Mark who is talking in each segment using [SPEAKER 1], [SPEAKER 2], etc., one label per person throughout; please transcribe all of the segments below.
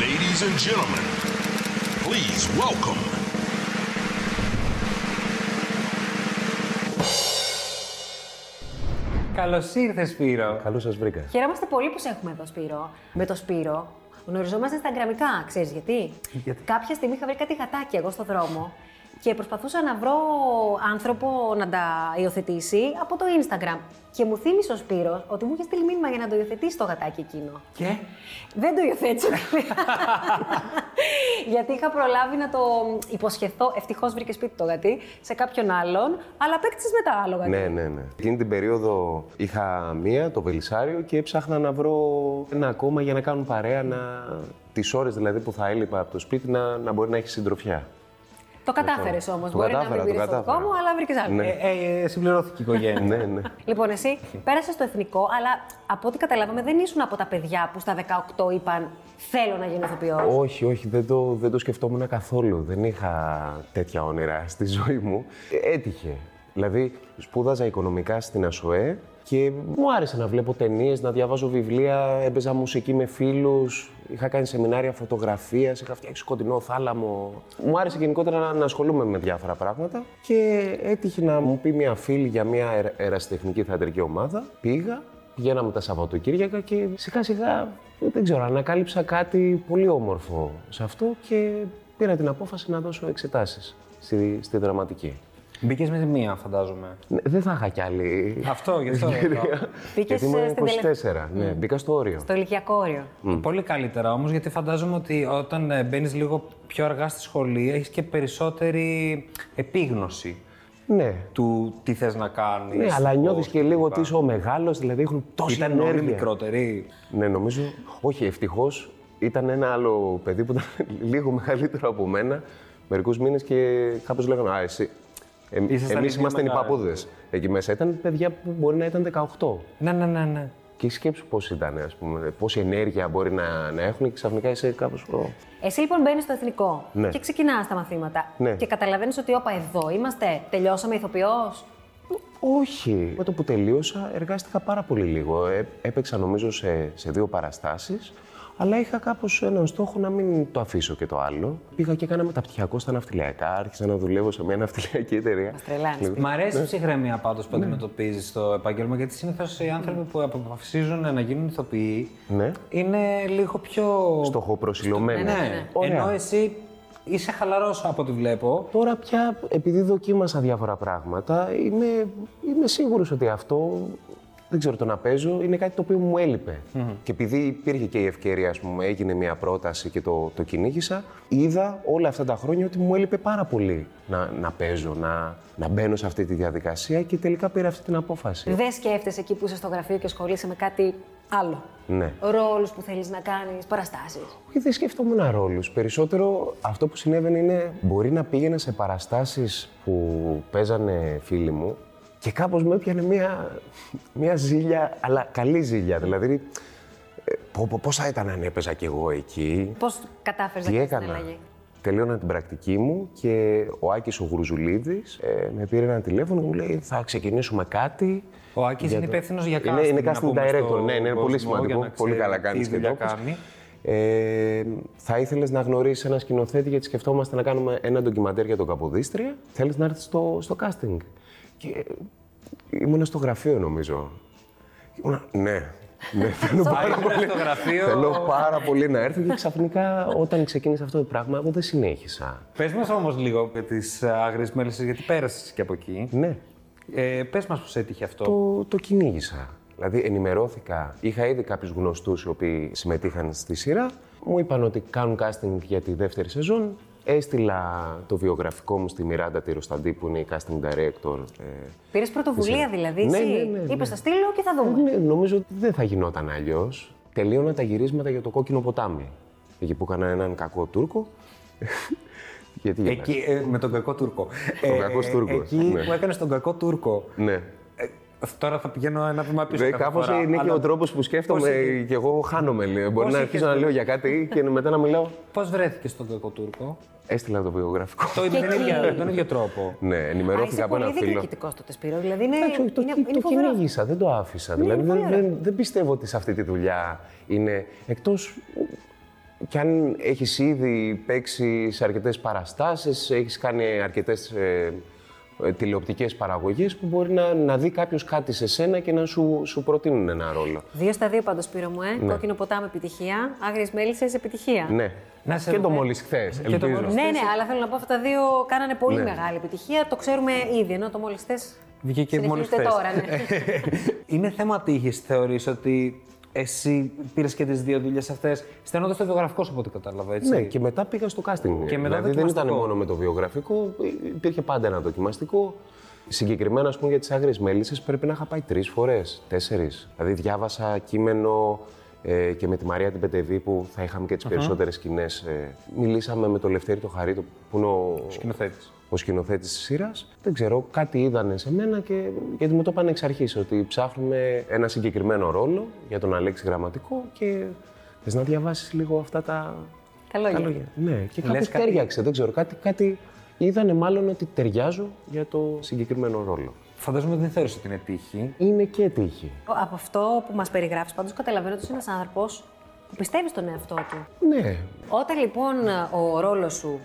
[SPEAKER 1] Ladies and gentlemen, please welcome.
[SPEAKER 2] Καλώς ήρθες, Σπύρο.
[SPEAKER 3] Καλού σας βρήκα.
[SPEAKER 4] Χαιρόμαστε πολύ που σε έχουμε εδώ, Σπύρο. Με το Σπύρο γνωριζόμαστε στα γραμμικά, ξέρεις γιατί.
[SPEAKER 3] Γιατί?
[SPEAKER 4] Κάποια στιγμή είχα βρει κάτι γατάκι εγώ στο δρόμο και προσπαθούσα να βρω άνθρωπο να τα υιοθετήσει από το Instagram. Και μου θύμισε ο Σπύρος ότι μου είχε στείλει μήνυμα για να το υιοθετήσει το γατάκι εκείνο.
[SPEAKER 2] Και.
[SPEAKER 4] Δεν το υιοθέτησα. Γιατί είχα προλάβει να το υποσχεθώ. Ευτυχώς βρήκε σπίτι το γατί σε κάποιον άλλον, αλλά απέκτησες μετά άλλο γατί.
[SPEAKER 3] Ναι, ναι, ναι. Εκείνη την περίοδο είχα μία, το Βελισάριο, και έψαχνα να βρω ένα ακόμα για να κάνουν παρέα, να... τις ώρες δηλαδή που θα έλειπα από το σπίτι να, να μπορεί να έχει συντροφιά.
[SPEAKER 4] Το κατάφερες όμως.
[SPEAKER 3] Λοιπόν, Το
[SPEAKER 4] Μπορεί
[SPEAKER 3] κατάφερα,
[SPEAKER 4] να
[SPEAKER 3] το
[SPEAKER 4] μην πήρες το δικό
[SPEAKER 3] κατάφερα.
[SPEAKER 4] μου, αλλά βρήκες άλλο.
[SPEAKER 3] Ναι.
[SPEAKER 2] Ε, ε, ε, συμπληρώθηκε η οικογένεια.
[SPEAKER 3] ναι, ναι.
[SPEAKER 4] Λοιπόν, εσύ πέρασες στο εθνικό, αλλά από ό,τι καταλάβαμε δεν ήσουν από τα παιδιά που στα 18 είπαν Θέλω να γίνω ηθοποιός.
[SPEAKER 3] Όχι, όχι, δεν το, δεν το σκεφτόμουν καθόλου. Δεν είχα τέτοια όνειρα στη ζωή μου. Ε, Έτυχε. Δηλαδή, σπούδαζα οικονομικά στην ΑΣΟΕ και μου άρεσε να βλέπω ταινίες, να διαβάζω βιβλία, έπαιζα μουσική με φίλους, είχα κάνει σεμινάρια φωτογραφίας, είχα φτιάξει κοντινό θάλαμο. Μου άρεσε γενικότερα να, να ασχολούμαι με διάφορα πράγματα και έτυχε να μου πει μια φίλη για μια ερα- ερασιτεχνική θεατρική ομάδα. Πήγα, Πηγαίναμε τα Σαββατοκύριακα και σιγά σιγά, δεν ξέρω, ανακάλυψα κάτι πολύ όμορφο σε αυτό και πήρα την απόφαση να δώσω εξετάσεις στη, στη δραματική.
[SPEAKER 2] Μπήκες με μία, φαντάζομαι.
[SPEAKER 3] Ναι, Δεν θα είχα κι άλλη.
[SPEAKER 2] Αυτό, γι' αυτό. ρωτάω.
[SPEAKER 4] Μπήκες,
[SPEAKER 3] Γιατί ήμουν
[SPEAKER 4] ε, στην
[SPEAKER 3] 24. Ναι, μπήκα στο όριο.
[SPEAKER 4] Στο ηλικιακό όριο.
[SPEAKER 2] Πολύ καλύτερα όμως, γιατί φαντάζομαι ότι όταν μπαίνεις λίγο πιο αργά στη σχολή, έχεις και περισσότερη επίγνωση
[SPEAKER 3] Ναι.
[SPEAKER 2] του τι θες να κάνεις.
[SPEAKER 3] Ναι, αλλά νιώθεις και λίγο ότι είσαι ο μεγάλος, δηλαδή έχουν τόση
[SPEAKER 2] Ήταν όλοι
[SPEAKER 3] ενέργεια.
[SPEAKER 2] μικρότεροι.
[SPEAKER 3] Ναι, νομίζω. Όχι, ευτυχώς ήταν ένα άλλο παιδί που ήταν λίγο μεγαλύτερο από μένα. Μερικούς μήνες και κάπως λέγανε Α, εσύ. Ε,
[SPEAKER 2] Ήσασταν
[SPEAKER 3] Εμείς
[SPEAKER 2] ήδη
[SPEAKER 3] είμαστε οι
[SPEAKER 2] μεγάλοι».
[SPEAKER 3] παππούδες εκεί μέσα. Ήταν παιδιά που μπορεί να ήταν 18.
[SPEAKER 2] Ναι, ναι, ναι. ναι.
[SPEAKER 3] Και σκέψου πώς ήταν, ας πούμε, πόση ενέργεια μπορεί να, να έχουν και ξαφνικά είσαι κάπως.
[SPEAKER 4] Εσύ λοιπόν μπαίνεις στο εθνικό
[SPEAKER 3] Ναι.
[SPEAKER 4] και ξεκινάς τα μαθήματα.
[SPEAKER 3] Ναι.
[SPEAKER 4] Και καταλαβαίνεις ότι, όπα, εδώ είμαστε. Τελειώσαμε ηθοποιός.
[SPEAKER 3] Όχι. Με το που τελείωσα, εργάστηκα πάρα πολύ λίγο. Ε, έπαιξα νομίζω σε, σε δύο παραστάσεις. Αλλά είχα κάπως έναν στόχο να μην το αφήσω και το άλλο. Πήγα και έκανα μεταπτυχιακό στα ναυτιλιακά. Άρχισα να δουλεύω σε μια ναυτιλιακή εταιρεία.
[SPEAKER 4] Μας τρελάνεις.
[SPEAKER 3] Λίγο.
[SPEAKER 2] Μ' αρέσει η ψυχραιμία πάντως
[SPEAKER 3] Ναι.
[SPEAKER 2] που αντιμετωπίζεις στο επάγγελμα, γιατί συνήθως οι άνθρωποι που αποφασίζουν να γίνουν ηθοποιοί
[SPEAKER 3] Ναι.
[SPEAKER 2] είναι λίγο πιο.
[SPEAKER 3] Στόχο προσιλωμένο.
[SPEAKER 2] Ναι,
[SPEAKER 3] Ωραία.
[SPEAKER 2] ενώ εσύ είσαι χαλαρός από ό,τι βλέπω.
[SPEAKER 3] Τώρα πια, επειδή δοκίμασα διάφορα πράγματα, είμαι, είμαι σίγουρος ότι αυτό, δεν ξέρω, το να παίζω είναι κάτι το οποίο μου ελειπε Και επειδή υπήρχε και η ευκαιρία, ας πούμε, έγινε μια πρόταση και το, το κυνήγησα, είδα όλα αυτά τα χρόνια ότι μου έλειπε πάρα πολύ να, να παίζω, να, να μπαίνω σε αυτή τη διαδικασία και τελικά πήρα αυτή την απόφαση.
[SPEAKER 4] Δεν σκέφτεσαι εκεί που είσαι στο γραφείο και ασχολείσαι με κάτι άλλο.
[SPEAKER 3] Ναι.
[SPEAKER 4] Ρόλους που θέλεις να κάνεις, παραστάσεις.
[SPEAKER 3] Όχι, δεν σκεφτόμουν ρόλους. Περισσότερο αυτό που συνέβαινε είναι μπορεί να πήγαινα σε παραστάσεις που παίζανε φίλοι μου και κάπως με έπιανε μια, μια ζήλια, αλλά καλή ζήλια. Δηλαδή, ε, πω, πω, πώς θα ήταν αν έπαιζα κι εγώ εκεί.
[SPEAKER 4] Πώς κατάφερες να
[SPEAKER 3] Τι
[SPEAKER 4] κάνεις την
[SPEAKER 3] έκανα.
[SPEAKER 4] αλλαγή.
[SPEAKER 3] Τελείωνα την πρακτική μου και ο Άκης ο Γουρζουλίδης ε, με πήρε ένα τηλέφωνο και μου λέει θα ξεκινήσουμε κάτι.
[SPEAKER 2] Ο Άκης είναι υπεύθυνος για
[SPEAKER 3] Είναι-
[SPEAKER 2] casting.
[SPEAKER 3] Είναι
[SPEAKER 2] να
[SPEAKER 3] casting
[SPEAKER 2] πούμε
[SPEAKER 3] director,
[SPEAKER 2] στον
[SPEAKER 3] ναι, ναι, είναι πολύ
[SPEAKER 2] κόσμο, για
[SPEAKER 3] σημαντικό.
[SPEAKER 2] να
[SPEAKER 3] Πολύ
[SPEAKER 2] ξέρει
[SPEAKER 3] καλά
[SPEAKER 2] τι
[SPEAKER 3] κάνεις και
[SPEAKER 2] δουλειά
[SPEAKER 3] το
[SPEAKER 2] κάνει.
[SPEAKER 3] ε, θα ήθελες να γνωρίσεις ένα σκηνοθέτη γιατί σκεφτόμαστε να κάνουμε ένα ντοκιμαντέρ για τον Καποδίστρια. Θέλεις να έρθεις στο, στο casting. Και ήμουν στο γραφείο, νομίζω. Ήμουνα, ναι, ναι, θέλω πάρα
[SPEAKER 2] ήμουν
[SPEAKER 3] πολύ.
[SPEAKER 2] στο γραφείο.
[SPEAKER 3] θέλω πάρα πολύ να έρθω. Και ξαφνικά, όταν ξεκίνησε αυτό το πράγμα, εγώ δεν συνέχισα.
[SPEAKER 2] Πες μας όμως λίγο για τι άγριες μέλισσες, γιατί πέρασες και από εκεί.
[SPEAKER 3] Ναι.
[SPEAKER 2] Ε, Πες μας πώς έτυχε αυτό.
[SPEAKER 3] το, το κυνήγησα. Δηλαδή, ενημερώθηκα. Είχα ήδη κάποιους γνωστούς οι οποίοι συμμετείχαν στη σειρά. Μου είπαν ότι κάνουν casting για τη δεύτερη σεζόν. Έστειλα το βιογραφικό μου στη Μιράντα Τυροσταντή, που είναι η casting director. Ε,
[SPEAKER 4] Πήρες πρωτοβουλία δηλαδή.
[SPEAKER 3] Ναι,
[SPEAKER 4] εσύ.
[SPEAKER 3] ναι, ναι, ναι.
[SPEAKER 4] Είπες, θα στείλω και θα δούμε.
[SPEAKER 3] ναι, νομίζω ότι δεν θα γινόταν αλλιώς. Τελείωνα τα γυρίσματα για το κόκκινο ποτάμι. Εκεί που έκανα έναν κακό Τούρκο. Γιατί γελάς?
[SPEAKER 2] Εκεί, ε, με τον κακό Τούρκο. Ε,
[SPEAKER 3] Ο κακός Τούρκος,
[SPEAKER 2] Εκεί
[SPEAKER 3] ναι.
[SPEAKER 2] που έκανες τον κακό Τούρκο.
[SPEAKER 3] Ναι.
[SPEAKER 2] Ε, τώρα θα πηγαίνω ένα βήμα πίσω.
[SPEAKER 3] Δε,
[SPEAKER 2] κάθε
[SPEAKER 3] κάπως
[SPEAKER 2] φορά,
[SPEAKER 3] είναι και
[SPEAKER 2] αλλά
[SPEAKER 3] ο τρόπος που σκέφτομαι
[SPEAKER 2] Πώς είχε-
[SPEAKER 3] και εγώ χάνομαι. λέει. Μπορεί
[SPEAKER 2] Πώς
[SPEAKER 3] να
[SPEAKER 2] είχες-
[SPEAKER 3] αρχίσω να λέω για κάτι και μετά να μιλάω.
[SPEAKER 2] Πώς βρέθηκες στον κακό Τούρκο.
[SPEAKER 3] Έστειλα το βιογραφικό.
[SPEAKER 2] το με τον
[SPEAKER 4] εκεί.
[SPEAKER 2] ίδιο- με τον ίδιο τρόπο.
[SPEAKER 3] Ναι,
[SPEAKER 4] Α,
[SPEAKER 3] ενημερώθηκα
[SPEAKER 4] είσαι
[SPEAKER 3] από
[SPEAKER 4] πολύ
[SPEAKER 3] έναν φίλο.
[SPEAKER 4] διεκδικητικό τότε, Σπύρο. Δηλαδή είναι,
[SPEAKER 3] Εντάξει, όχι, Ε, το,
[SPEAKER 4] είναι,
[SPEAKER 3] το, το
[SPEAKER 4] είναι φοβερό.
[SPEAKER 3] κυνήγησα, δεν το άφησα. δηλαδή,
[SPEAKER 4] είναι
[SPEAKER 3] δεν,
[SPEAKER 4] φοβερό.
[SPEAKER 3] δεν, δεν πιστεύω ότι σε αυτή τη δουλειά είναι. Εκτός Και αν έχεις ήδη παίξει σε αρκετές παραστάσεις, έχεις κάνει αρκετές ε, ε, τηλεοπτικές παραγωγές που μπορεί να, να δει κάποιος κάτι σε σένα και να σου, σου προτείνουν ένα ρόλο.
[SPEAKER 4] Δύο στα δύο πάντως πήρε μου, ε. Κόκκινο ποτάμι επιτυχία. Άγριες μέλισσες επιτυχία.
[SPEAKER 3] Ναι.
[SPEAKER 2] Να σε
[SPEAKER 3] και το
[SPEAKER 2] ρωτήσω-
[SPEAKER 3] μόλις χθες,
[SPEAKER 2] Και το
[SPEAKER 3] ελπίζω.
[SPEAKER 2] μόλις-
[SPEAKER 4] Ναι, ναι, αλλά θέλω να πω αυτά τα δύο κάνανε πολύ μεγάλη επιτυχία. Το ξέρουμε ήδη, ενώ το μόλις θε.
[SPEAKER 2] Βγήκε μόλις χθες.
[SPEAKER 4] τώρα, ναι.
[SPEAKER 2] Είναι θέμα τύχη, θεωρείς ότι εσύ πήρες και τις δύο δουλειές αυτές. Στενώντα το βιογραφικός σου, από ό,τι κατάλαβα, έτσι.
[SPEAKER 3] Ναι, και μετά πήγα στο casting.
[SPEAKER 2] Και μετά
[SPEAKER 3] δηλαδή δεν ήταν
[SPEAKER 2] δοκιμαστικό.
[SPEAKER 3] μόνο με το βιογραφικό, υ- υπήρχε πάντα ένα δοκιμαστικό. Συγκεκριμένα, ας πούμε, για τις άγριες μέλισσες πρέπει να είχα πάει τρεις φορές, τέσσερις. Δηλαδή διάβασα κείμενο ε, και με τη Μαρία την Πετεβή που θα είχαμε και τις περισσότερες σκηνές. Ε, μιλήσαμε με τον Λευτέρη το Χαρίτο που είναι ο,
[SPEAKER 2] Σκηνοθέτης.
[SPEAKER 3] ο σκηνοθέτης της σειράς. Δεν ξέρω, κάτι είδανε σε μένα και γιατί μου το είπαν εξ αρχής ότι ψάχνουμε ένα συγκεκριμένο ρόλο για τον Αλέξη Γραμματικό και θες να διαβάσεις λίγο αυτά τα,
[SPEAKER 4] Τα λόγια.
[SPEAKER 3] ναι, και κάπως
[SPEAKER 2] κάτι-
[SPEAKER 3] τέριαξε, δεν ξέρω, κάτι, κάτι είδανε μάλλον ότι ταιριάζω για το συγκεκριμένο ρόλο.
[SPEAKER 2] Φαντάζομαι ότι δεν θεωρεί ότι είναι τύχη.
[SPEAKER 3] Είναι και τύχη.
[SPEAKER 4] Από αυτό που μας περιγράφεις, πάντως καταλαβαίνω ότι είσαι ένας άνθρωπος που πιστεύεις στον εαυτό του.
[SPEAKER 3] Ναι,
[SPEAKER 4] Όταν λοιπόν ο ρόλος σου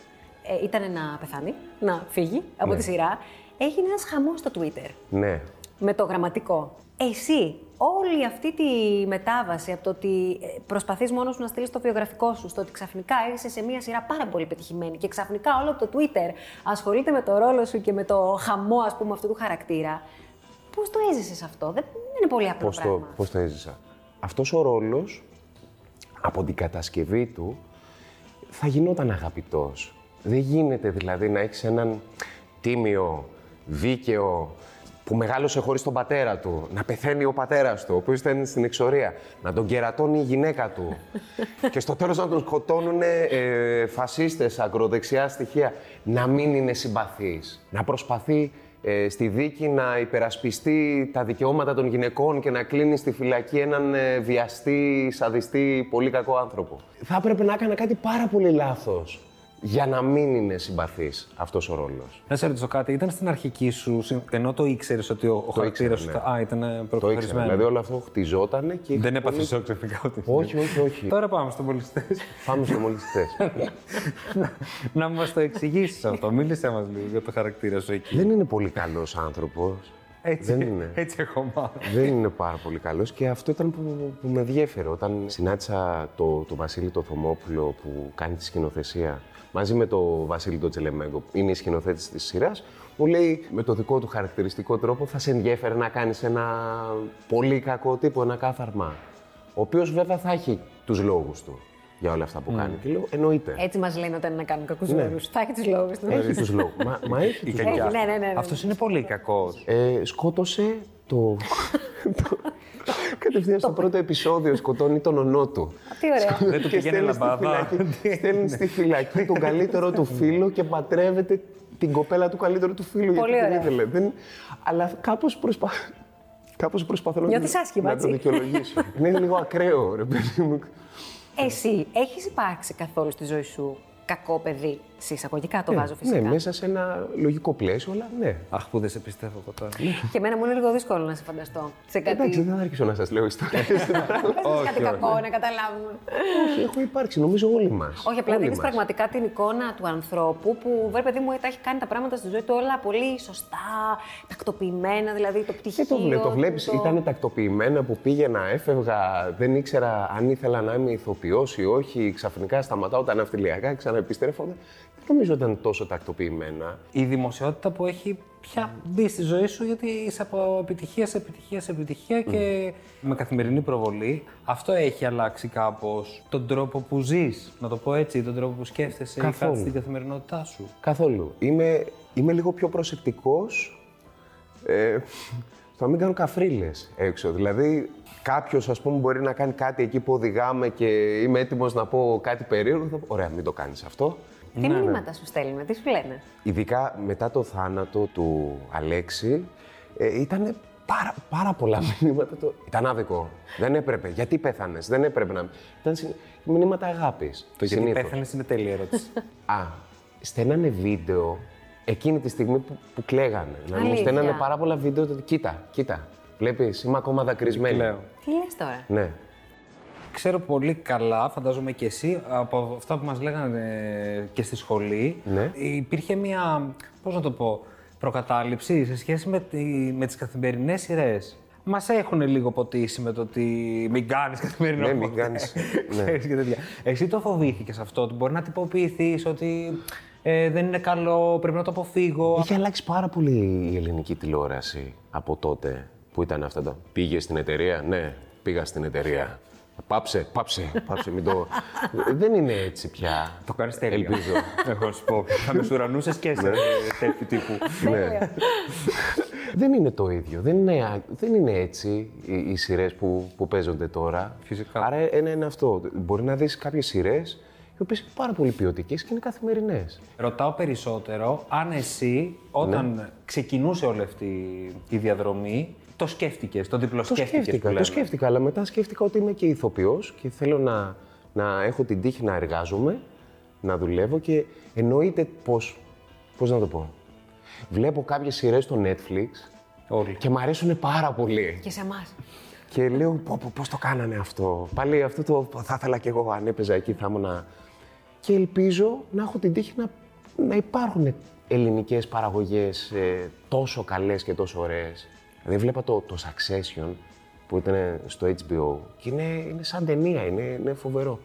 [SPEAKER 4] ε, ήταν να πεθάνει, να φύγει από τη σειρά, έγινε ένας χαμός στο Twitter
[SPEAKER 3] ναι.
[SPEAKER 4] με το γραμματικό. Εσύ, όλη αυτή τη μετάβαση από το ότι ε, προσπαθείς μόνος σου να στείλεις το βιογραφικό σου, στο ότι ξαφνικά είσαι σε μία σειρά πάρα πολύ πετυχημένη και ξαφνικά όλο το Twitter ασχολείται με το ρόλο σου και με το χαμό, ας πούμε, αυτού του χαρακτήρα. Πώς το έζησες αυτό, δεν δεν είναι πολύ απλό
[SPEAKER 3] Πώς το,
[SPEAKER 4] πράγμα.
[SPEAKER 3] πώς το έζησα. Αυτός ο ρόλος, από την κατασκευή του, θα γινόταν αγαπητός. Δεν γίνεται δηλαδή να έχεις έναν τίμιο, δίκαιο, που μεγάλωσε χωρίς τον πατέρα του, να πεθαίνει ο πατέρας του, ο οποίος ήταν στην εξορία, να τον κερατώνει η γυναίκα του και στο τέλος να τον σκοτώνουν ε, φασίστες, ακροδεξιά στοιχεία, να μην είναι συμπαθής, να προσπαθεί ε, στη δίκη να υπερασπιστεί τα δικαιώματα των γυναικών και να κλείνει στη φυλακή έναν ε, βιαστή, σαδιστή, πολύ κακό άνθρωπο. Θα έπρεπε να έκανα κάτι πάρα πολύ λάθος για να μην είναι συμπαθής αυτός ο ρόλος.
[SPEAKER 2] Να σε ρωτήσω κάτι, ήταν στην αρχική σου, συν- ενώ το ήξερες ότι ο, ο χαρακτήρα σου.
[SPEAKER 3] ήξερα, ναι.
[SPEAKER 2] τα- Α, ήταν
[SPEAKER 3] Το ήξερα.
[SPEAKER 2] προκαθορισμένο.
[SPEAKER 3] Δηλαδή όλο αυτό χτιζότανε και... είχα
[SPEAKER 2] Δεν έπαθε
[SPEAKER 3] πολύ-
[SPEAKER 2] σοκ ξαφνικά ότι.
[SPEAKER 3] Όχι, όχι, όχι.
[SPEAKER 2] Τώρα πάμε στον πολιστές.
[SPEAKER 3] Πάμε στο μόλις χθες.
[SPEAKER 2] να μας το εξηγήσεις αυτό. Μίλησε μας λίγο για το χαρακτήρα σου εκεί.
[SPEAKER 3] Δεν είναι πολύ καλός άνθρωπος.
[SPEAKER 2] Έτσι,
[SPEAKER 3] Δεν είναι.
[SPEAKER 2] έτσι έχω μάθει.
[SPEAKER 3] Δεν είναι πάρα πολύ καλός και αυτό ήταν που, που με διέφερε. Όταν συνάντησα τον το Βασίλη το Θωμόπουλο που κάνει τη σκηνοθεσία μαζί με τον Βασίλη τον Τζελεμέγκο, που είναι η σκηνοθέτης της σειράς, μου λέει με το δικό του χαρακτηριστικό τρόπο θα σε ενδιέφερε να κάνεις ένα πολύ κακό τύπο, ένα κάθαρμα. Ο οποίος βέβαια θα έχει τους λόγους του για όλα αυτά που κάνει. Και λέω εννοείται.
[SPEAKER 4] Έτσι μας λένε όταν είναι να κάνουν κακούς
[SPEAKER 3] Ναι.
[SPEAKER 4] λόγους. Θα έχει τους λόγους. του.
[SPEAKER 3] Έχει τους λόγους. Μα, μα έχει τους
[SPEAKER 4] Έχει, ναι, ναι, ναι, ναι.
[SPEAKER 2] Αυτός είναι πολύ κακός.
[SPEAKER 3] Ε, σκότωσε το. το- Κατευθείαν στο πρώτο επεισόδιο σκοτώνει τον ονό του.
[SPEAKER 4] Τι ωραία.
[SPEAKER 2] Δεν Ναι, του
[SPEAKER 3] Και
[SPEAKER 2] πήγαινε
[SPEAKER 3] στέλνει στη
[SPEAKER 2] λαμπάδα.
[SPEAKER 3] φυλακή- Στέλνει στη φυλακή τον καλύτερο του φίλο και πατρεύεται την κοπέλα του καλύτερου του φίλου.
[SPEAKER 4] Πολύ
[SPEAKER 3] γιατί την
[SPEAKER 4] ωραία.
[SPEAKER 3] ήθελε. Δεν... Αλλά κάπως προσπαθώ. Κάπως προσπαθώ να-
[SPEAKER 4] Νιώθεις άσχημα,
[SPEAKER 3] να το
[SPEAKER 4] έτσι.
[SPEAKER 3] δικαιολογήσω. Είναι λίγο ακραίο, ρε παιδί μου.
[SPEAKER 4] Εσύ, έχεις υπάρξει καθόλου στη ζωή σου κακό παιδί, σε εισαγωγικά το βάζω φυσικά.
[SPEAKER 3] Ναι, μέσα σε ένα λογικό πλαίσιο, αλλά ναι.
[SPEAKER 2] Αχ, που δεν σε πιστεύω εγώ τώρα.
[SPEAKER 4] Και εμένα μου είναι λίγο δύσκολο να σε φανταστώ. Σε κάτι,
[SPEAKER 3] Εντάξει, δεν θα αρχίσω να σας λέω ιστορίες.
[SPEAKER 4] Πες μας
[SPEAKER 2] όχι,
[SPEAKER 4] κάτι
[SPEAKER 2] όχι.
[SPEAKER 4] κακό, να καταλάβουμε.
[SPEAKER 3] Όχι, έχω υπάρξει, νομίζω όλοι μας.
[SPEAKER 4] Όχι, απλά
[SPEAKER 3] Όλοι
[SPEAKER 4] δίνεις
[SPEAKER 3] μας.
[SPEAKER 4] πραγματικά την εικόνα του ανθρώπου που, βέβαια, παιδί μου, τα έχει κάνει τα πράγματα στη ζωή του όλα πολύ σωστά, τακτοποιημένα, δηλαδή το πτυχίο.
[SPEAKER 3] Και το, βλέ, το
[SPEAKER 4] του,
[SPEAKER 3] βλέπεις,
[SPEAKER 4] το-
[SPEAKER 3] ήταν τακτοποιημένα που πήγαινα, έφευγα, δεν ήξερα αν ήθελα να είμαι ηθοποιός ή όχι, ξαφνικά σταματάω τα ναυτιλιακά, ξαναεπιστρέφω. Δεν νομίζω ότι ήταν τόσο τακτοποιημένα.
[SPEAKER 2] Η δημοσιότητα που έχει πια μπει στη ζωή σου, γιατί είσαι από επιτυχία σε επιτυχία σε επιτυχία και με καθημερινή προβολή. Αυτό έχει αλλάξει κάπως τον τρόπο που ζεις, να το πω έτσι, τον τρόπο που σκέφτεσαι ή κάτι
[SPEAKER 3] Καθόλου.
[SPEAKER 2] στην καθημερινότητά σου.
[SPEAKER 3] Καθόλου. Είμαι, είμαι λίγο πιο προσεκτικός ε, στο να μην κάνω καφρίλες έξω. Δηλαδή, κάποιος ας πούμε μπορεί να κάνει κάτι εκεί που οδηγάμε και είμαι έτοιμος να πω κάτι περίεργο. θα πω, Ωραία, μην το κάνεις αυτό.
[SPEAKER 4] Τι
[SPEAKER 3] Ναι,
[SPEAKER 4] μηνύματα σου στέλνουν, τι σου λένε.
[SPEAKER 3] ειδικά μετά το θάνατο του Αλέξη, ε, ήταν πάρα, πάρα πολλά μηνύματα. Το... Ήταν άδικο. Δεν έπρεπε. Γιατί πέθανες. Δεν έπρεπε να. Ήταν συ- μηνύματα αγάπης.
[SPEAKER 2] Το γιατί
[SPEAKER 3] συνήθως.
[SPEAKER 2] πέθανες είναι τέλεια ερώτηση.
[SPEAKER 3] Α, στέλνανε βίντεο εκείνη τη στιγμή που, που κλαίγανε. Δηλαδή μου
[SPEAKER 4] Αλήθεια.
[SPEAKER 3] στέλνανε πάρα πολλά βίντεο. ότι Κοίτα, κοίτα. Βλέπεις, είμαι ακόμα δακρυσμένη.
[SPEAKER 2] Λέω.
[SPEAKER 4] Τι λες τώρα.
[SPEAKER 3] Ναι.
[SPEAKER 2] Ξέρω πολύ καλά, φαντάζομαι και εσύ, από αυτά που μας λέγανε και στη σχολή,
[SPEAKER 3] Ναι.
[SPEAKER 2] υπήρχε μια, πώς να το πω, προκατάληψη σε σχέση με, τη, με τις καθημερινές σειρές. Μας έχουν λίγο ποτίσει με το ότι μην κάνεις καθημερινό
[SPEAKER 3] Ναι, μην
[SPEAKER 2] ποτέ.
[SPEAKER 3] κάνεις. Ναι.
[SPEAKER 2] Ξέρεις και τέτοια. Εσύ το φοβήθηκες αυτό, ότι μπορεί να τυποποιηθείς, ότι ε, δεν είναι καλό, πρέπει να το αποφύγω.
[SPEAKER 3] Είχε αλλάξει πάρα πολύ η ελληνική τηλεόραση από τότε που ήταν αυτά τα. Πήγε στην εταιρεία, ναι, πήγα στην εταιρεία. Πάψε, πάψε, πάψε, μην το. Δεν είναι έτσι πια.
[SPEAKER 2] Το κάνεις τέλεια.
[SPEAKER 3] Ελπίζω.
[SPEAKER 2] Έχω να σου πω. Θα με σουρανούσες και σε τέτοιου τύπου.
[SPEAKER 3] ναι. δεν είναι το ίδιο. Δεν είναι, α- δεν είναι έτσι οι, οι σειρές που, που παίζονται τώρα.
[SPEAKER 2] Φυσικά.
[SPEAKER 3] Άρα ένα είναι αυτό. Μπορεί να δεις κάποιες σειρές οι οποίες είναι πάρα πολύ ποιοτικές και είναι καθημερινές.
[SPEAKER 2] Ρωτάω περισσότερο αν εσύ όταν
[SPEAKER 3] Ναι.
[SPEAKER 2] ξεκινούσε όλη αυτή η διαδρομή το σκέφτηκες, το διπλό
[SPEAKER 3] Το σκέφτηκα, το σκέφτηκα, αλλά μετά σκέφτηκα ότι είμαι και ηθοποιός και θέλω να, να έχω την τύχη να εργάζομαι, να δουλεύω και εννοείται πως, πώς να το πω, βλέπω κάποιες σειρές στο Netflix
[SPEAKER 2] Όλοι.
[SPEAKER 3] και μου αρέσουν πάρα πολύ.
[SPEAKER 4] Και σε εμάς.
[SPEAKER 3] Και λέω, πω, πω, πώς το κάνανε αυτό. Πάλι αυτό το θα ήθελα κι εγώ αν έπαιζα εκεί θα ήμουν. Και ελπίζω να έχω την τύχη να, να υπάρχουν ελληνικές παραγωγές ε, τόσο καλές και τόσο ωραίες. Δηλαδή βλέπα το, το Succession που ήταν στο HBO και είναι, είναι σαν ταινία, είναι, είναι φοβερό.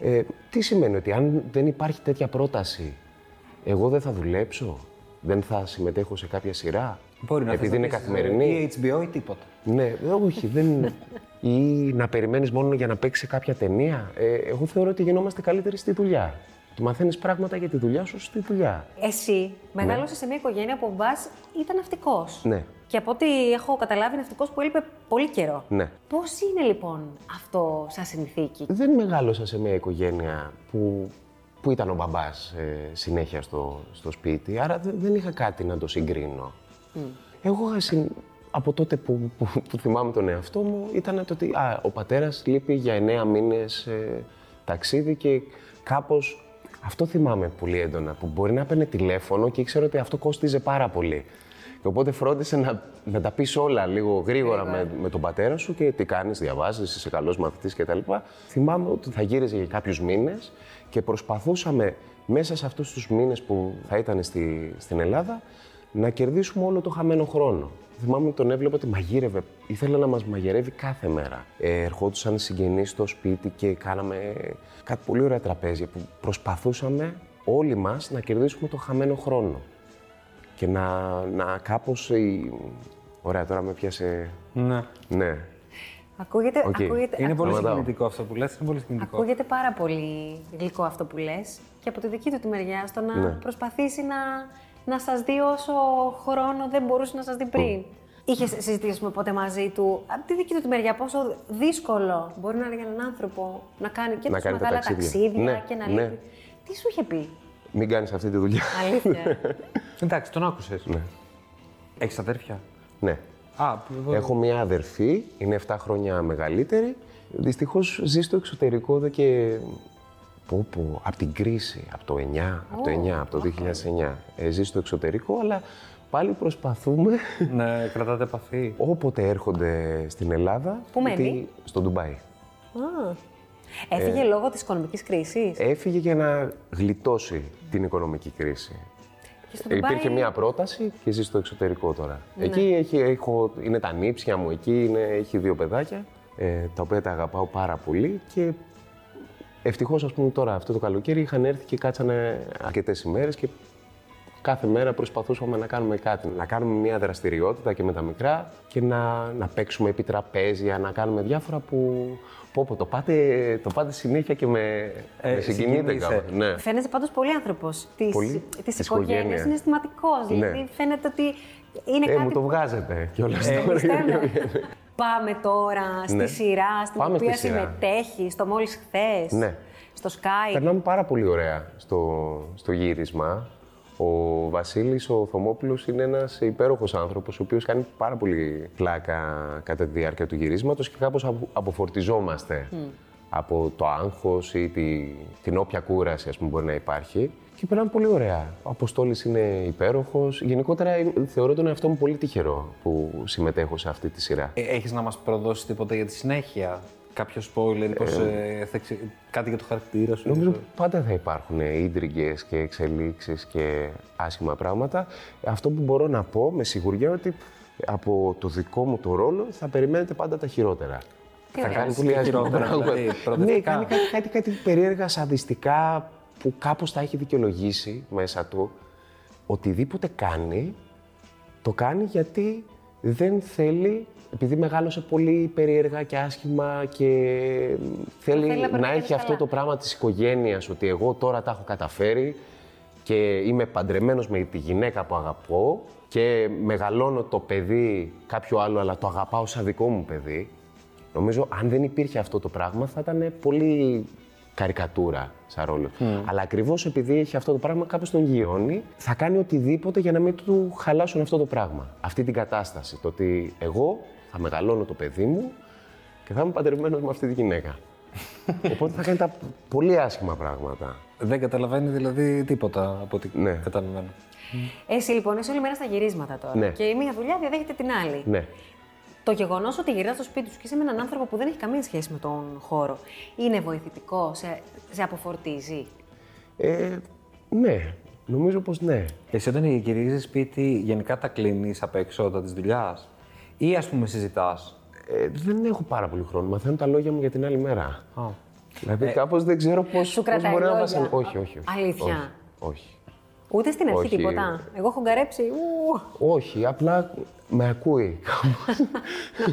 [SPEAKER 3] Ε, τι σημαίνει ότι αν δεν υπάρχει τέτοια πρόταση, εγώ δεν θα δουλέψω, δεν θα συμμετέχω σε κάποια σειρά,
[SPEAKER 2] Μπορεί να θες
[SPEAKER 3] επειδή
[SPEAKER 2] να
[SPEAKER 3] είναι
[SPEAKER 2] πεις, ε,
[SPEAKER 3] καθημερινή.
[SPEAKER 2] Ή HBO ή τίποτα.
[SPEAKER 3] Ναι, ε, όχι, δεν. ή να περιμένεις μόνο για να παίξει κάποια ταινία. Ε, εγώ θεωρώ ότι γινόμαστε καλύτεροι στη δουλειά. Του μαθαίνεις πράγματα για τη δουλειά σου στη δουλειά.
[SPEAKER 4] Εσύ μεγάλωσες σε μια οικογένεια που ο μπας ήταν ναυτικός.
[SPEAKER 3] Ναι.
[SPEAKER 4] Και από ό,τι έχω καταλάβει, ναυτικός που έλειπε πολύ καιρό.
[SPEAKER 3] Ναι.
[SPEAKER 4] Πώς είναι λοιπόν αυτό σαν συνθήκη,
[SPEAKER 3] Δεν μεγάλωσα σε μια οικογένεια που, που ήταν ο μπαμπάς ε, συνέχεια στο, στο σπίτι, άρα δε- δεν είχα κάτι να το συγκρίνω. Εγώ είχα συν- από τότε που, που, που θυμάμαι τον εαυτό μου ήταν το ότι α, ο πατέρας λείπει για εννέα μήνες ε, ταξίδι και κάπως αυτό θυμάμαι πολύ έντονα, που μπορεί να παίρνει τηλέφωνο και ήξερε ότι αυτό κόστιζε πάρα πολύ. Και οπότε φρόντισε να, να τα πεις όλα λίγο γρήγορα με, με τον πατέρα σου και τι κάνεις, διαβάζεις, είσαι καλός μαθητής κτλ. Θυμάμαι ότι θα γύριζε για κάποιους μήνες και προσπαθούσαμε μέσα σε αυτούς τους μήνες που θα ήταν στη, στην Ελλάδα να κερδίσουμε όλο το χαμένο χρόνο. Θυμάμαι ότι τον έβλεπα ότι μαγείρευε. Ήθελε να μας μαγειρεύει κάθε μέρα. Ε, ερχόντουσαν συγγενείς στο σπίτι και κάναμε κάτι πολύ ωραία τραπέζια που προσπαθούσαμε όλοι μας να κερδίσουμε το χαμένο χρόνο και να, να κάπως... η- Ωραία, τώρα με πιάσε...
[SPEAKER 2] Ναι.
[SPEAKER 3] Ναι.
[SPEAKER 4] Ακούγεται,
[SPEAKER 3] Οκ.
[SPEAKER 4] ακούγεται,
[SPEAKER 2] Είναι πολύ
[SPEAKER 3] σταματάω.
[SPEAKER 2] συγκινητικό αυτό που λες, είναι πολύ συγκινητικό.
[SPEAKER 4] ακούγεται πάρα πολύ γλυκό αυτό που λες και από τη δική του τη μεριά στο να
[SPEAKER 3] Ναι.
[SPEAKER 4] προσπαθήσει να, να σας δει όσο χρόνο δεν μπορούσε να σας δει πριν. Είχε συζητήσει με ποτέ μαζί του, από τη δική του τη μεριά, πόσο δύσκολο μπορεί να είναι για έναν άνθρωπο να κάνει και
[SPEAKER 3] Να
[SPEAKER 4] τόσο
[SPEAKER 3] κάνει τα
[SPEAKER 4] μεγάλα ταξίδια,
[SPEAKER 3] ταξίδια. Ναι,
[SPEAKER 4] και να
[SPEAKER 3] ναι.
[SPEAKER 4] λείπει. Τι σου είχε πει,
[SPEAKER 3] Μην κάνεις αυτή τη δουλειά.
[SPEAKER 4] αλήθεια.
[SPEAKER 3] Ε.
[SPEAKER 2] Εντάξει, τον άκουσες.
[SPEAKER 3] ναι.
[SPEAKER 2] Έχεις αδέρφια.
[SPEAKER 3] ναι.
[SPEAKER 2] Α, που-
[SPEAKER 3] Έχω μία αδερφή, είναι 7 χρόνια μεγαλύτερη. Δυστυχώς ζει στο εξωτερικό εδώ και... Πω, πω, από την κρίση, από το 9, από το 9, από το 2009. Ε, ζει στο εξωτερικό, αλλά πάλι προσπαθούμε
[SPEAKER 2] ναι, κρατάτε επαφή.
[SPEAKER 3] όποτε έρχονται στην Ελλάδα.
[SPEAKER 4] Πού
[SPEAKER 3] γιατί-
[SPEAKER 4] μένει?
[SPEAKER 3] Στο Ντουμπάι.
[SPEAKER 4] Α. Έφυγε λόγω της οικονομικής κρίσης.
[SPEAKER 3] Έφυγε για να γλιτώσει την οικονομική κρίση.
[SPEAKER 4] και στο
[SPEAKER 3] Υπήρχε
[SPEAKER 4] Ντουμπάι-
[SPEAKER 3] μία πρόταση και ζει στο εξωτερικό τώρα. Εκεί έχει, έχω, είναι τα νύψια μου, εκεί είναι, έχει δύο παιδάκια, ε, τα οποία τα αγαπάω πάρα πολύ και ευτυχώς, ας πούμε, τώρα αυτό το καλοκαίρι είχαν έρθει και κάτσανε αρκετές ημέρες και κάθε μέρα προσπαθούσαμε να κάνουμε κάτι. Να κάνουμε μία δραστηριότητα και με τα μικρά και να, να παίξουμε επί τραπέζια, να κάνουμε διάφορα που. Πω, πω, το, πάτε, το πάτε συνέχεια και με,
[SPEAKER 2] Ε,
[SPEAKER 3] με συγκινείτε
[SPEAKER 2] συγκινείσαι.
[SPEAKER 3] κάπως. Ναι.
[SPEAKER 4] Φαίνεται πάντως πολύ άνθρωπος
[SPEAKER 3] Πολύ.
[SPEAKER 4] της
[SPEAKER 3] Της
[SPEAKER 4] οικογένειας.
[SPEAKER 3] οικογένειας. Ναι.
[SPEAKER 4] Είναι αισθηματικό. Δηλαδή φαίνεται ότι είναι
[SPEAKER 3] Ε,
[SPEAKER 4] κάτι.
[SPEAKER 3] μου το
[SPEAKER 4] που
[SPEAKER 3] βγάζετε κιόλας τώρα.
[SPEAKER 4] πιστεύω. Ε, Πάμε τώρα στη
[SPEAKER 3] Ναι.
[SPEAKER 4] σειρά στην
[SPEAKER 3] Πάμε στη
[SPEAKER 4] οποία
[SPEAKER 3] σειρά.
[SPEAKER 4] συμμετέχει, στο μόλις χθες.
[SPEAKER 3] Ναι.
[SPEAKER 4] Στο Sky.
[SPEAKER 3] Περνάμε πάρα πολύ ωραία στο, στο γύρισμα. Ο Βασίλης ο Θωμόπουλος είναι ένας υπέροχος άνθρωπος, ο οποίος κάνει πάρα πολύ πλάκα κατά τη διάρκεια του γυρίσματος και κάπως απο- αποφορτιζόμαστε από το άγχος ή τη, την όποια κούραση ας πούμε, μπορεί να υπάρχει. Και περνάμε πολύ ωραία. Ο Αποστόλης είναι υπέροχος. Γενικότερα ε, θεωρώ τον εαυτό μου πολύ τυχερό που συμμετέχω σε αυτή τη σειρά.
[SPEAKER 2] Ε, Έχεις να μας προδώσεις τίποτα για τη συνέχεια. Κάποιο spoiler, πως, ε, θα ξε- κάτι για το χαρακτήρα σου.
[SPEAKER 3] Νομίζω πάντα θα υπάρχουν ίντριγκες και εξελίξεις και άσχημα πράγματα. Αυτό που μπορώ να πω με σιγουριά είναι ότι από το δικό μου το ρόλο θα περιμένετε πάντα τα χειρότερα.
[SPEAKER 4] Τι
[SPEAKER 3] θα
[SPEAKER 4] ωραία.
[SPEAKER 3] κάνει
[SPEAKER 2] Και
[SPEAKER 3] πολύ άσχημα
[SPEAKER 2] χειρότερα,
[SPEAKER 3] πράγματα.
[SPEAKER 2] δηλαδή,
[SPEAKER 3] ναι,
[SPEAKER 2] προοδευτικά.
[SPEAKER 3] κάνει κάτι, κάτι, κάτι περίεργα σαδιστικά που κάπως τα έχει δικαιολογήσει μέσα του. Οτιδήποτε κάνει, το κάνει γιατί δεν θέλει, επειδή μεγάλωσε πολύ περίεργα και άσχημα και θέλει,
[SPEAKER 4] Θέλει να
[SPEAKER 3] να,
[SPEAKER 4] περνάει
[SPEAKER 3] έχει
[SPEAKER 4] καλά.
[SPEAKER 3] αυτό το πράγμα της οικογένειας, ότι εγώ τώρα τα έχω καταφέρει και είμαι παντρεμένος με τη γυναίκα που αγαπώ και μεγαλώνω το παιδί κάποιο άλλο, αλλά το αγαπάω σαν δικό μου παιδί. Νομίζω αν δεν υπήρχε αυτό το πράγμα θα ήταν πολύ καρικατούρα σαν ρόλο. Αλλά ακριβώς επειδή έχει αυτό το πράγμα, κάπω τον γιώνει, θα κάνει οτιδήποτε για να μην του χαλάσουν αυτό το πράγμα. Αυτή την κατάσταση. Το ότι εγώ θα μεγαλώνω το παιδί μου και θα είμαι παντρεμένος με αυτή τη γυναίκα. Οπότε θα κάνει τα πολύ άσχημα πράγματα.
[SPEAKER 2] Δεν καταλαβαίνει δηλαδή τίποτα από ό,τι
[SPEAKER 3] Ναι.
[SPEAKER 2] καταλαβαίνω.
[SPEAKER 4] Εσύ λοιπόν είσαι όλη μέρα στα γυρίσματα τώρα.
[SPEAKER 3] Ναι.
[SPEAKER 4] Και η μία δουλειά διαδέχεται την άλλη.
[SPEAKER 3] Ναι.
[SPEAKER 4] Το γεγονός ότι γυρνά στο σπίτι σου και είσαι με έναν άνθρωπο που δεν έχει καμία σχέση με τον χώρο, είναι βοηθητικό, σε, σε αποφορτίζει.
[SPEAKER 3] Ε, ναι. Νομίζω πως ναι.
[SPEAKER 2] Εσύ όταν γυρίζεις σπίτι, γενικά τα κλείνεις απ' έξω όταν της δουλειάς. Ή ας πούμε συζητάς.
[SPEAKER 3] Ε, δεν έχω πάρα πολύ χρόνο. Μαθαίνω τα λόγια μου για την άλλη μέρα. Δηλαδή
[SPEAKER 2] Ε,
[SPEAKER 3] κάπως δεν ξέρω πώς,
[SPEAKER 4] σου
[SPEAKER 3] πώς
[SPEAKER 4] κρατάει
[SPEAKER 3] μπορεί να
[SPEAKER 4] λόγια.
[SPEAKER 3] βασανιστεί. Όχι, όχι, όχι.
[SPEAKER 4] Αλήθεια.
[SPEAKER 3] Όχι, όχι.
[SPEAKER 4] Ούτε στην αρχή
[SPEAKER 3] Όχι.
[SPEAKER 4] τίποτα. Εγώ έχω γκαρέψει. Ου,
[SPEAKER 3] Όχι, απλά με ακούει.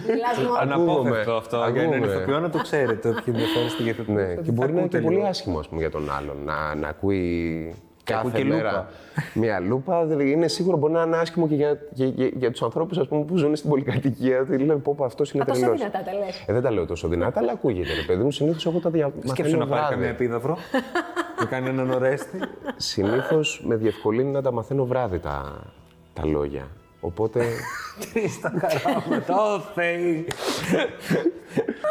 [SPEAKER 4] μιλάς μόνο.
[SPEAKER 2] Αναπόφευκτο
[SPEAKER 3] Ακούγομαι.
[SPEAKER 2] αυτό. Για έναν
[SPEAKER 3] Ακούγομαι.
[SPEAKER 2] ηθοποιό να το ξέρετε. Ότι ενδιαφέρει στην διαθετική.
[SPEAKER 3] ναι, και μπορεί να είναι και πολύ άσχημο ας πούμε, για τον άλλον να, να ακούει
[SPEAKER 2] Και
[SPEAKER 3] κάθε
[SPEAKER 2] ακούει και
[SPEAKER 3] μέρα
[SPEAKER 2] λούπα.
[SPEAKER 3] μία λούπα. Δηλαδή είναι σίγουρο μπορεί να είναι άσχημο και για, και, για, για τους ανθρώπους που ζουν στην πολυκατοικία. Ότι λένε πω, πω αυτός είναι
[SPEAKER 4] Α, τόσο
[SPEAKER 3] τρελός.
[SPEAKER 4] δυνατά τα λες.
[SPEAKER 3] Ε, δεν τα λέω τόσο δυνατά, αλλά ακούγεται. Ρε παιδί μου, συνήθως εγώ τα διαβάζω.
[SPEAKER 2] Σκέψου να πάρει κανένα επίδαυρο. να κάνει έναν ορέστη.
[SPEAKER 3] Συνήθως με διευκολύνει να τα μαθαίνω βράδυ τα, τα λόγια. Οπότε.
[SPEAKER 2] Τρίστα καράβματα. Ω Θεή.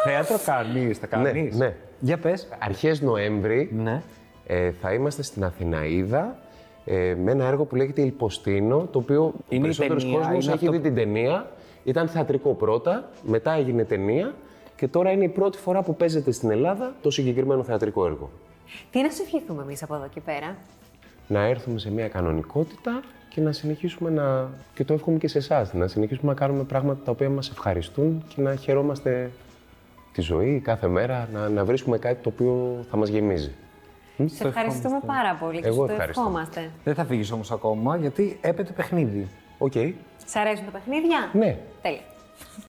[SPEAKER 2] Θέατρο κάνεις, τα κάνεις.
[SPEAKER 3] ναι.
[SPEAKER 2] Για πες.
[SPEAKER 3] Αρχές Νοέμβρη
[SPEAKER 2] Ναι.
[SPEAKER 3] ε, θα είμαστε στην Αθηναίδα ε, με ένα έργο που λέγεται «Η Ποστίνο, το οποίο
[SPEAKER 2] Είναι η
[SPEAKER 3] ο περισσότερος
[SPEAKER 2] ταινία,
[SPEAKER 3] κόσμος
[SPEAKER 2] είναι
[SPEAKER 3] έχει
[SPEAKER 2] αυτό
[SPEAKER 3] δει
[SPEAKER 2] που-
[SPEAKER 3] την ταινία. Ήταν θεατρικό πρώτα, μετά έγινε ταινία και τώρα είναι η πρώτη φορά που παίζεται στην Ελλάδα το συγκεκριμένο θεατρικό έργο.
[SPEAKER 4] Τι να σου ευχηθούμε εμείς από εδώ και πέρα.
[SPEAKER 3] Να έρθουμε σε μια κανονικότητα και να συνεχίσουμε να. και το εύχομαι και σε εσάς, να συνεχίσουμε να κάνουμε πράγματα τα οποία μας ευχαριστούν και να χαιρόμαστε τη ζωή κάθε μέρα, να, να βρίσκουμε κάτι το οποίο θα μας γεμίζει.
[SPEAKER 4] Σε ευχαριστούμε πάρα πολύ και
[SPEAKER 3] Εγώ
[SPEAKER 4] σου το
[SPEAKER 3] ευχαριστώ.
[SPEAKER 4] ευχόμαστε.
[SPEAKER 2] Δεν θα φύγεις όμως ακόμα γιατί έπεται παιχνίδι.
[SPEAKER 3] Οκ.
[SPEAKER 4] Σ' αρέσουν τα παιχνίδια.
[SPEAKER 3] Ναι.
[SPEAKER 4] Τέλεια.